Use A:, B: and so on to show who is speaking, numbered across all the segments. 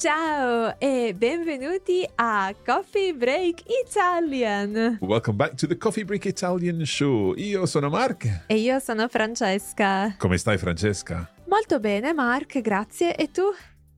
A: Ciao e benvenuti a Coffee Break Italian.
B: Welcome back to the Coffee Break Italian Show. Io sono Mark.
A: E io sono Francesca.
B: Come stai Francesca?
A: Molto bene, Mark, grazie. E tu?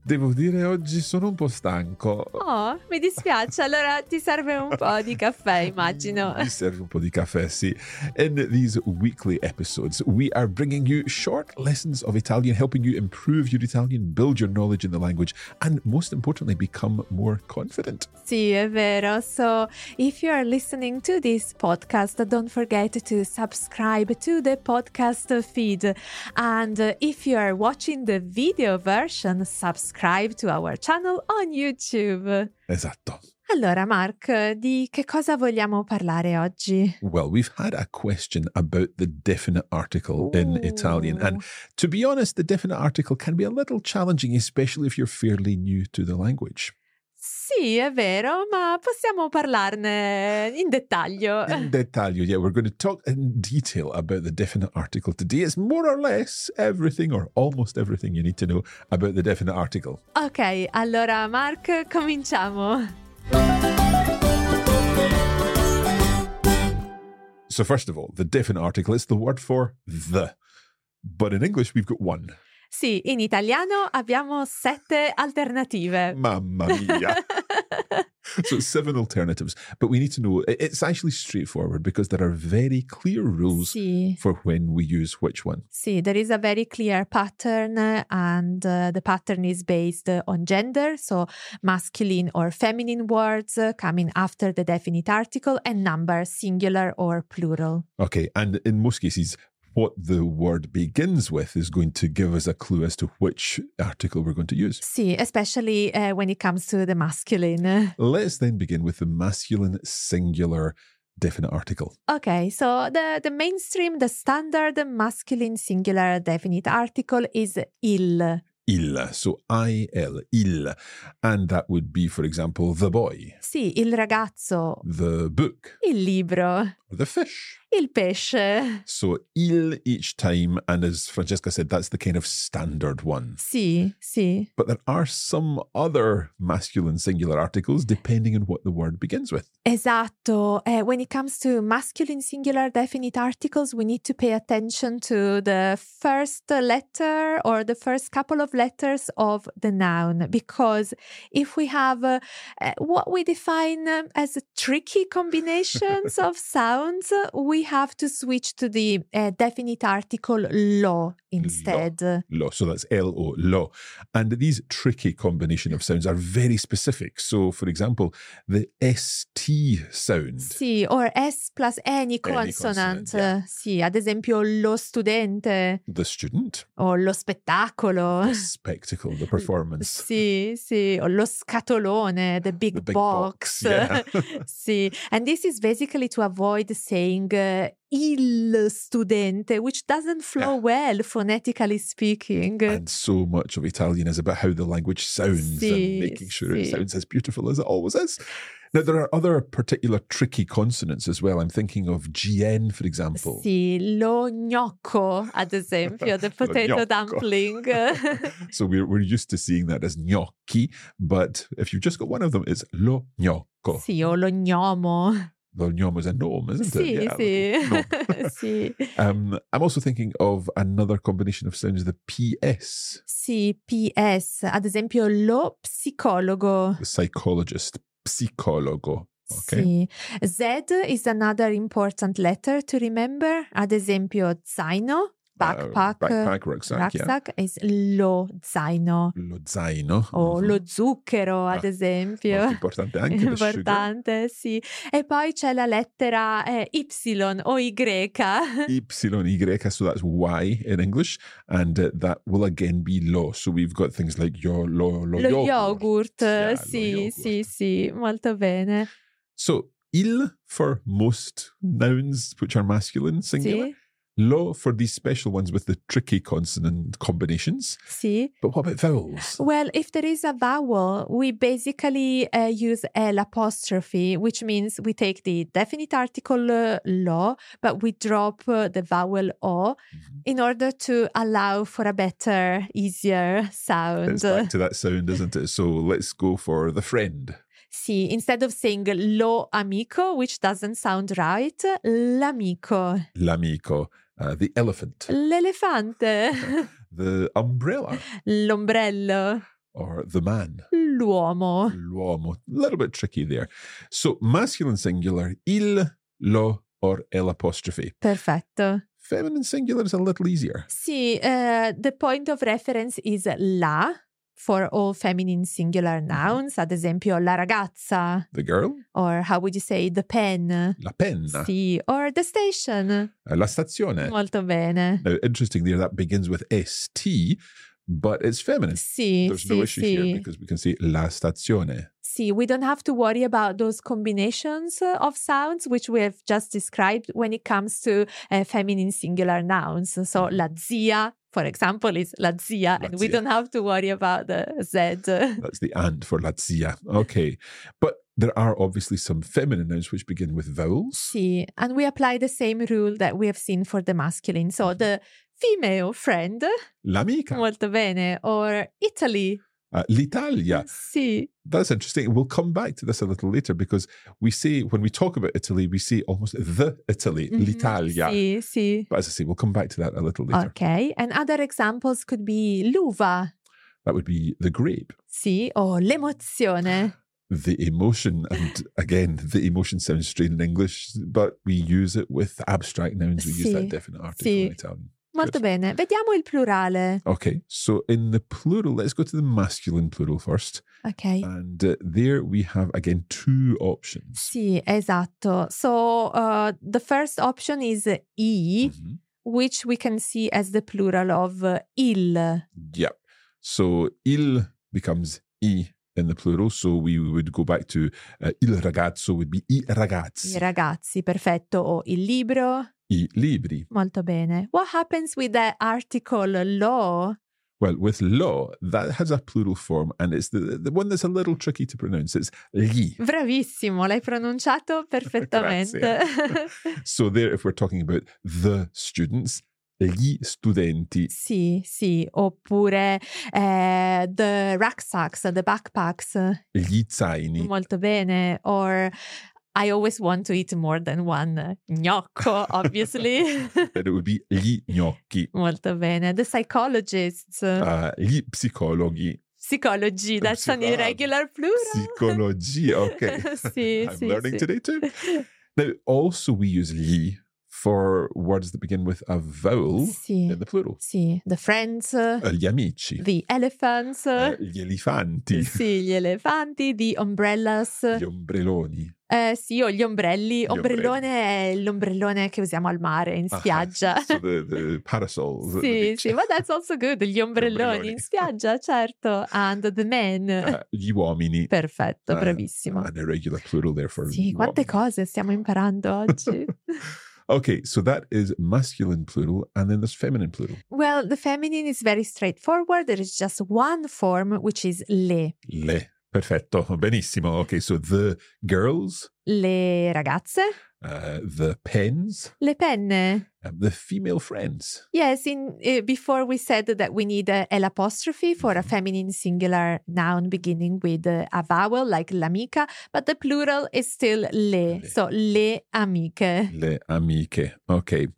B: Devo dire oggi sono un po' stanco.
A: Oh, mi dispiace. Allora ti serve un po' di caffè, immagino.
B: Mi serve un po' di caffè, sì. In these weekly episodes, we are bringing you short lessons of Italian, helping you improve your Italian, build your knowledge in the language, and most importantly, become more confident.
A: Sì, è vero. So, if you are listening to this podcast, don't forget to subscribe to the podcast feed. And uh, if you are watching the video version, subscribe to our channel on YouTube.
B: Esatto.
A: Allora, Mark, di che cosa vogliamo parlare oggi?
B: Well, we've had a question about the definite article in Italian. And to be honest, the definite article can be a little challenging, especially if you're fairly new to the language.
A: Sì, è vero, ma possiamo parlarne in dettaglio.
B: In dettaglio, yeah, we're going to talk in detail about the definite article today. It's more or less everything or almost everything you need to know about the definite article.
A: Ok, allora, Mark, cominciamo.
B: So, first of all, the definite article is the word for the. But in English, we've got one.
A: Sì, in italiano abbiamo sette alternative.
B: Mamma mia. so it's seven alternatives, but we need to know i- it's actually straightforward because there are very clear rules
A: Sì.
B: for when we use which one.
A: Sì, there is a very clear pattern uh, and uh, the pattern is based uh, on gender, so masculine or feminine words uh, coming after the definite article and number singular or plural.
B: Okay, and in most cases, what the word begins with is going to give us a clue as to which article we're going to use.
A: Sì, especially uh, when it comes to the masculine.
B: Let's then begin with the masculine singular definite article.
A: Okay, so the, the mainstream, the standard masculine singular definite article is il.
B: Il. So I L, il. And that would be, for example, the boy,
A: Sì, il ragazzo,
B: the book,
A: il libro,
B: or the fish.
A: il pesce.
B: So il each time, and as Francesca said, that's the kind of standard one.
A: Sì, sì.
B: But there are some other masculine singular articles depending on what the word begins with.
A: Esatto. Eh, when it comes to masculine singular definite articles, we need to pay attention to the first letter or the first couple of letters of the noun because if we have uh, uh, what we define um, as tricky combinations of sounds, we we have to switch to the uh, definite article lo instead.
B: Lo. So that's L O, lo. And these tricky combination of sounds are very specific. So, for example, the ST sound.
A: Sì, or S plus any consonant.
B: consonant, yeah.
A: eh, Sì, ad esempio lo studente
B: The student,
A: o lo spettacolo.
B: the spectacle, the performance.
A: Sì, sì, o lo scatolone, the big,
B: Ah, The big box,
A: box.
B: yeah.
A: sì, and this is basically to avoid saying uh, il studente, which doesn't flow
B: Eh.
A: well phonetically speaking.
B: And so much of Italian is about how the language sounds
A: Si,
B: and making sure it
A: si.
B: sounds as beautiful as it always is. Now, there are other particular tricky consonants as well. I'm thinking of GN, for example.
A: Sì, lo gnocco, ad esempio, the
B: Lo
A: potato
B: gnocco.
A: dumpling.
B: So we're, we're used to seeing that as gnocchi, but if you've just got one of them, it's lo gnocco.
A: sì, o lo gnomo.
B: Lo gnomo is a gnome, isn't
A: Sì,
B: it?
A: sì.
B: gnome.
A: sì.
B: um, I'm also thinking of another combination of sounds, the PS,
A: Sì, PS, ad esempio lo psicologo.
B: the psychologist, psicologo. Okay.
A: Sì. Z is another important letter to remember. Ad esempio, zaino,
B: Uh,
A: backpack,
B: backpack, rucksack, yeah.
A: rucksack is lo zaino.
B: Lo zaino. Mhm.
A: O Oh, lo zucchero, ad
B: Ah,
A: esempio.
B: Molto importante anche the sugar.
A: Importante, sì. E poi c'è la lettera eh, Y o Y.
B: Y, so that's Y in English, and uh, that will again be lo. So we've got things like your lo, lo,
A: Lo
B: yogurt.
A: yogurt,
B: Yeah, lo
A: sì,
B: yogurt.
A: sì, sì, molto bene.
B: So il for most nouns which are masculine singular,
A: Sì,
B: lo for these special ones with the tricky consonant combinations.
A: sì.
B: But what about vowels?
A: Well, if there is a vowel, we basically uh, use L apostrophe, which means we take the definite article uh, lo, but we drop uh, the vowel o in order to allow for a better, easier sound.
B: It's back
A: uh,
B: to that sound, isn't it? So let's go for the friend.
A: Sì, instead of saying lo amico, which doesn't sound right, l'amico,
B: L'amico, uh, the elephant,
A: l'elefante,
B: the umbrella,
A: l'ombrello,
B: or the man.
A: l'uomo.
B: L'uomo. A little bit tricky there. So masculine singular, il, lo, or el apostrophe.
A: Perfetto.
B: Feminine singular is a little easier.
A: Sì, eh, the point of reference is la for all feminine singular
B: Mm-hmm.
A: nouns, ad esempio la ragazza,
B: The girl,
A: or how would you say the pen?
B: la penna,
A: Sì, or the station.
B: uh, la stazione.
A: Molto bene.
B: Now, interesting there, that begins with ST, but it's feminine.
A: Sì,
B: There's
A: sì,
B: no issue here
A: sì.
B: because we can say la stazione.
A: See, we don't have to worry about those combinations uh, of sounds which we have just described when it comes to uh, feminine singular nouns. So, la zia, for example, is la zia,
B: Mm-hmm. La
A: and we
B: zia.
A: don't have to worry about the Z.
B: That's the and for Lazia. Okay. But there are obviously some feminine nouns which begin with vowels.
A: See, and we apply the same rule that we have seen for the masculine. So, the female friend,
B: L'amica,
A: molto bene, or Italy.
B: uh,
A: Mm.
B: l'Italia.
A: Sì,
B: That's interesting. We'll come back to this a little later because we say, when we talk about Italy, we say almost the Italy,
A: Mhm.
B: l'Italia.
A: Sì, sì.
B: But as I say, we'll come back to that a little later.
A: Okay, and other examples could be l'uva,
B: That would be the grape,
A: sì, or l'emozione.
B: the emotion. And again, the emotion sounds strange in English, but we use it with abstract nouns. We use
A: Sì.
B: that definite article
A: Sì.
B: in Italian.
A: Molto
B: Good.
A: bene, vediamo il plurale.
B: Okay, so in the plural, let's go to the masculine plural first.
A: Ok.
B: And uh, there we have again two options.
A: Sì, esatto. So uh, the first option is i,
B: Mhm.
A: which we can see as the plural of uh, il.
B: Yeah. So il becomes i in the plural. So we would go back to uh, il ragazzo would be i ragazzi,
A: I ragazzi, perfetto, o il libro.
B: i libri.
A: Molto bene. What happens with the article lo?
B: Well, with lo, that has a plural form and it's the, the one that's a little tricky to pronounce. It's gli.
A: Bravissimo, l'hai pronunciato perfettamente.
B: So there, if we're talking about the students, gli studenti
A: sì, sì, oppure eh, the rucksacks, the backpacks.
B: gli zaini.
A: Molto bene. Or I always want to eat more than one gnocco, obviously.
B: Then it would be gli gnocchi,
A: Molto bene. The psychologists,
B: uh, gli psicologi,
A: psychology, that's an
B: psico-
A: irregular plural.
B: Psychology. Okay.
A: Sì,
B: I'm
A: sì,
B: learning
A: sì.
B: today too. Now, also we use li for words that begin with a vowel
A: Sì.
B: in the plural.
A: Sì, the friends, uh,
B: Uh, gli amici,
A: the elephants,
B: uh,
A: uh,
B: gli elefanti,
A: sì, gli elefanti, the umbrellas,
B: gli ombrelloni.
A: eh, sì, o gli
B: ombrelli.
A: ombrelli. Ombrellone è l'ombrellone che usiamo al mare, in
B: Ah,
A: spiaggia.
B: So the, the parasols. at the
A: Sì,
B: beach.
A: sì, ma that's also good, gli ombrelloni in
B: ombrelloni.
A: spiaggia, certo, and the men.
B: Ah, gli uomini.
A: Perfetto,
B: Ah,
A: bravissimo.
B: An irregular plural there for
A: Sì, quante
B: uomini.
A: cose stiamo imparando oggi.
B: okay, so that is masculine plural, and then there's feminine plural.
A: well, the feminine is very straightforward. There is just one form, which is le.
B: Le. Perfetto. Benissimo. Okay, so the girls,
A: Le ragazze,
B: uh, the pens,
A: le penne.
B: um, the female friends.
A: Yes, in, eh, before we said that we need a L apostrophe for a feminine singular noun beginning with eh, a vowel like l'amica, but the plural is still le.
B: Le.
A: So le amiche.
B: Le amiche. Okay.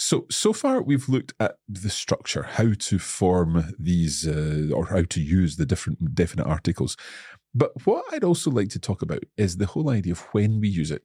B: So, so far we've looked at the structure, how to form these uh, or how to use the different definite articles. But what I'd also like to talk about is the whole idea of when we use it,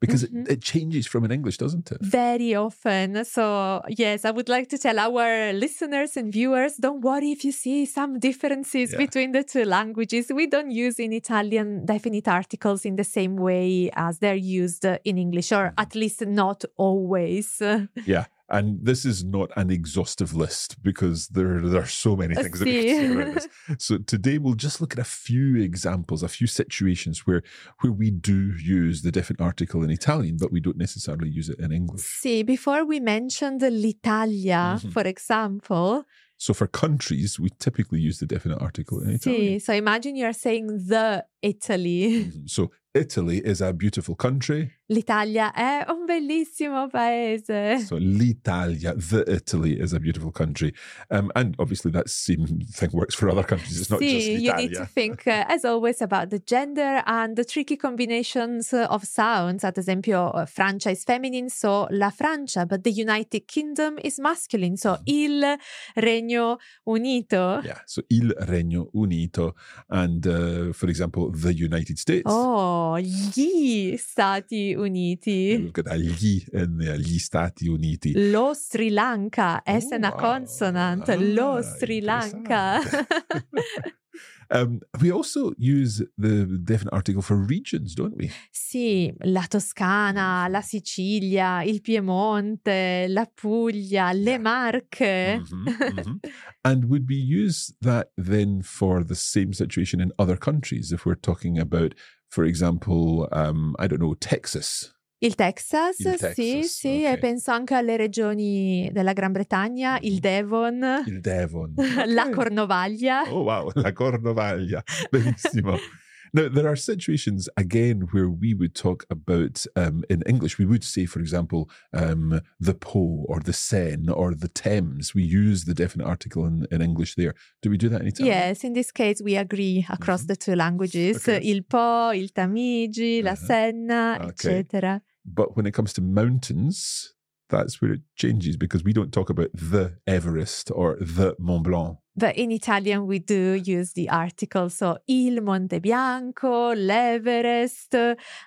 B: because
A: Mhm.
B: it, it changes from an English, doesn't it?
A: very often. So, yes, I would like to tell our listeners and viewers don't worry if you see some differences
B: Yeah.
A: between the two languages. We don't use in Italian definite articles in the same way as they're used uh, in English, or at least not always.
B: yeah. And this is not an exhaustive list because there, there are so many
A: Uh,
B: things that we could say about
A: see.
B: this. So today we'll just look at a few examples, a few situations where where we do use the definite article in Italian, but we don't necessarily use it in English.
A: See, before we mentioned l'Italia,
B: Mhm.
A: for example.
B: So for countries, we typically use the definite article in
A: See,
B: Italian.
A: so imagine you're saying the Italy.
B: Mhm. So Italy is a beautiful country.
A: L'Italia è un bellissimo paese.
B: So l'Italia, the Italy, is a beautiful country, um, and obviously that same thing works for other countries. It's not just
A: See, you
B: Italia.
A: need to think, uh, as always, about the gender and the tricky combinations uh, of sounds. Ad esempio, uh, Francia is feminine, so la Francia, but the United Kingdom is masculine, so
B: Mm-hmm.
A: il Regno Unito.
B: Yeah, so Il Regno Unito, and uh, for example, the United States.
A: Oh, gli Stati Uniti.
B: We've got a gli in there, gli Stati Uniti.
A: Lo Sri Lanka, es Eh, una
B: Wow.
A: consonant. Lo
B: Oh, Ah,
A: Sri Lanka.
B: interessante. Um, we also use the definite article for regions, don't we?
A: Sì, la Toscana, la Sicilia, il Piemonte, la Puglia, le
B: Yeah.
A: Marche.
B: Mhm, mhm. and would we use that then for the same situation in other countries if we're talking about, for example, um, I don't know, Texas?
A: Il Texas,
B: Il
A: sì,
B: Texas,
A: sì, e
B: ok.
A: penso anche alle regioni della Gran Bretagna, il
B: Mhm.
A: Devon,
B: Il Devon.
A: la
B: Okay.
A: Cornovaglia.
B: Oh wow, la Cornovaglia. Benissimo. Now, there are situations again where we would talk about um, in English, we would say, for example, um, the Po or the Seine or the Thames. We use the definite article in, in English there. Do we do that in Italian?
A: Yes, in this case we agree across
B: Mhm.
A: the two languages,
B: Ok.
A: il Po, il Tamigi, la
B: Ah.
A: Senna,
B: Ok.
A: eccetera.
B: But when it comes to mountains, that's where it changes because we don't talk about the Everest or the Mont Blanc.
A: But in Italian we do use the article, so il Monte Bianco, l'Everest,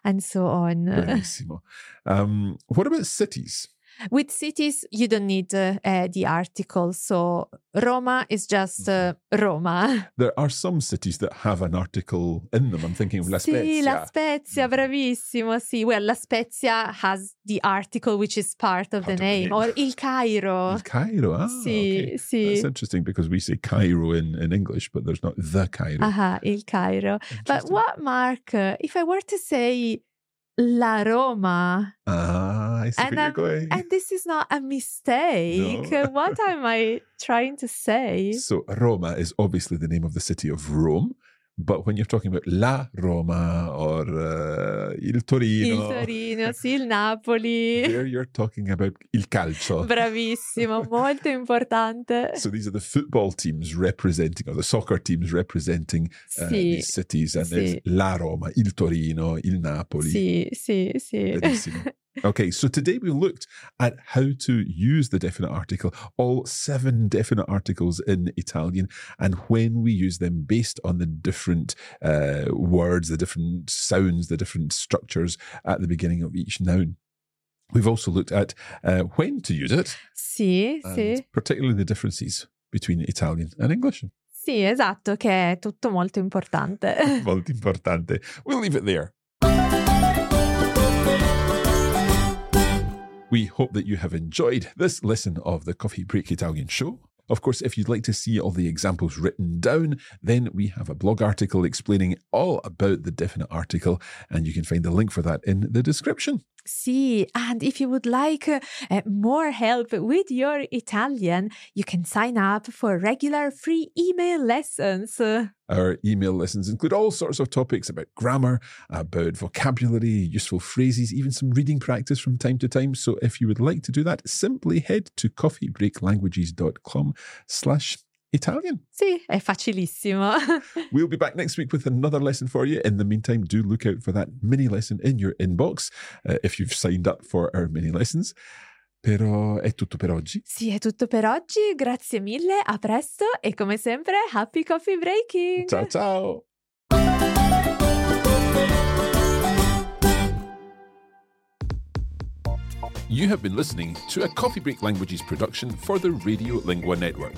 A: and so on.
B: Benissimo. um, what about cities?
A: With cities, you don't need uh, uh, the article. So Roma is just uh,
B: Mm-hmm.
A: Roma.
B: There are some cities that have an article in them. I'm thinking of La Spezia.
A: Sì, La Spezia,
B: Mhm.
A: bravissimo. Sì, well, La Spezia has the article which is part of
B: Part
A: the
B: of the
A: name,
B: name.
A: or Il Cairo.
B: Il Cairo. Ah,
A: sì,
B: okay. That's
A: sì.
B: interesting because we say Cairo in, in English, but there's not the Cairo.
A: Aha, Il Cairo. Ah, But
B: Interesting.
A: what, Mark, uh, if I were to say La Roma,
B: Ah, I see
A: And
B: where
A: I'm-
B: you're going.
A: and this is not a mistake,
B: No.
A: uh, what am I trying to say?
B: So Roma is obviously the name of the city of Rome, but when you're talking about La Roma or uh, Il
A: Il
B: Torino,
A: Torino, sì, il Napoli.
B: there you're talking about Il Calcio.
A: Bravissimo, molto importante.
B: So these are the football teams representing, or the soccer teams representing uh,
A: Sì,
B: these cities, and there's
A: sì.
B: La Roma, Il Torino, Il Napoli.
A: sì, sì, sì.
B: Benissimo. Okay, so today we looked at how to use the definite article, all seven definite articles in Italian, and when we use them based on the different uh, words, the different sounds, the different structures at the beginning of each noun. We've also looked at uh, when to use it,
A: Sì,
B: and
A: sì.
B: particularly the differences between Italian and English.
A: Sì, esatto, che è tutto molto importante.
B: Molto importante. We'll leave it there. We hope that you have enjoyed this lesson of the Coffee Break Italian show. Of course, if you'd like to see all the examples written down, then we have a blog article explaining all about the definite article, and you can find the link for that in the description.
A: See, and if you would like uh, uh, more help with your Italian, you can sign up for regular free email lessons. Uh,
B: Our email lessons include all sorts of topics about grammar, about vocabulary, useful phrases, even some reading practice from time to time. So if you would like to do that, simply head to coffeebreaklanguages.com slash Italian.
A: Sì, è facilissimo.
B: We'll be back next week with another lesson for you. In the meantime, do look out for that mini lesson in your inbox uh, if you've signed up for our mini lessons. Però è tutto per oggi.
A: sì, è tutto per oggi. Grazie mille, a presto e come sempre, happy coffee breaking!
B: Ciao ciao! You have been listening to a Coffee Break Languages production for the Radio Lingua Network.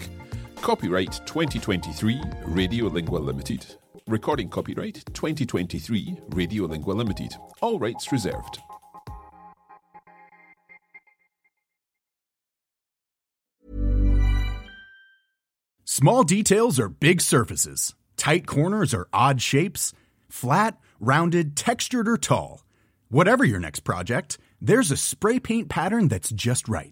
B: Copyright 2023 Radio Lingua Limited. Recording copyright 2023 Radio Lingua Limited. All rights reserved.
C: Small details are big surfaces. Tight corners are odd shapes. Flat, rounded, textured, or tall. Whatever your next project, there's a spray paint pattern that's just right.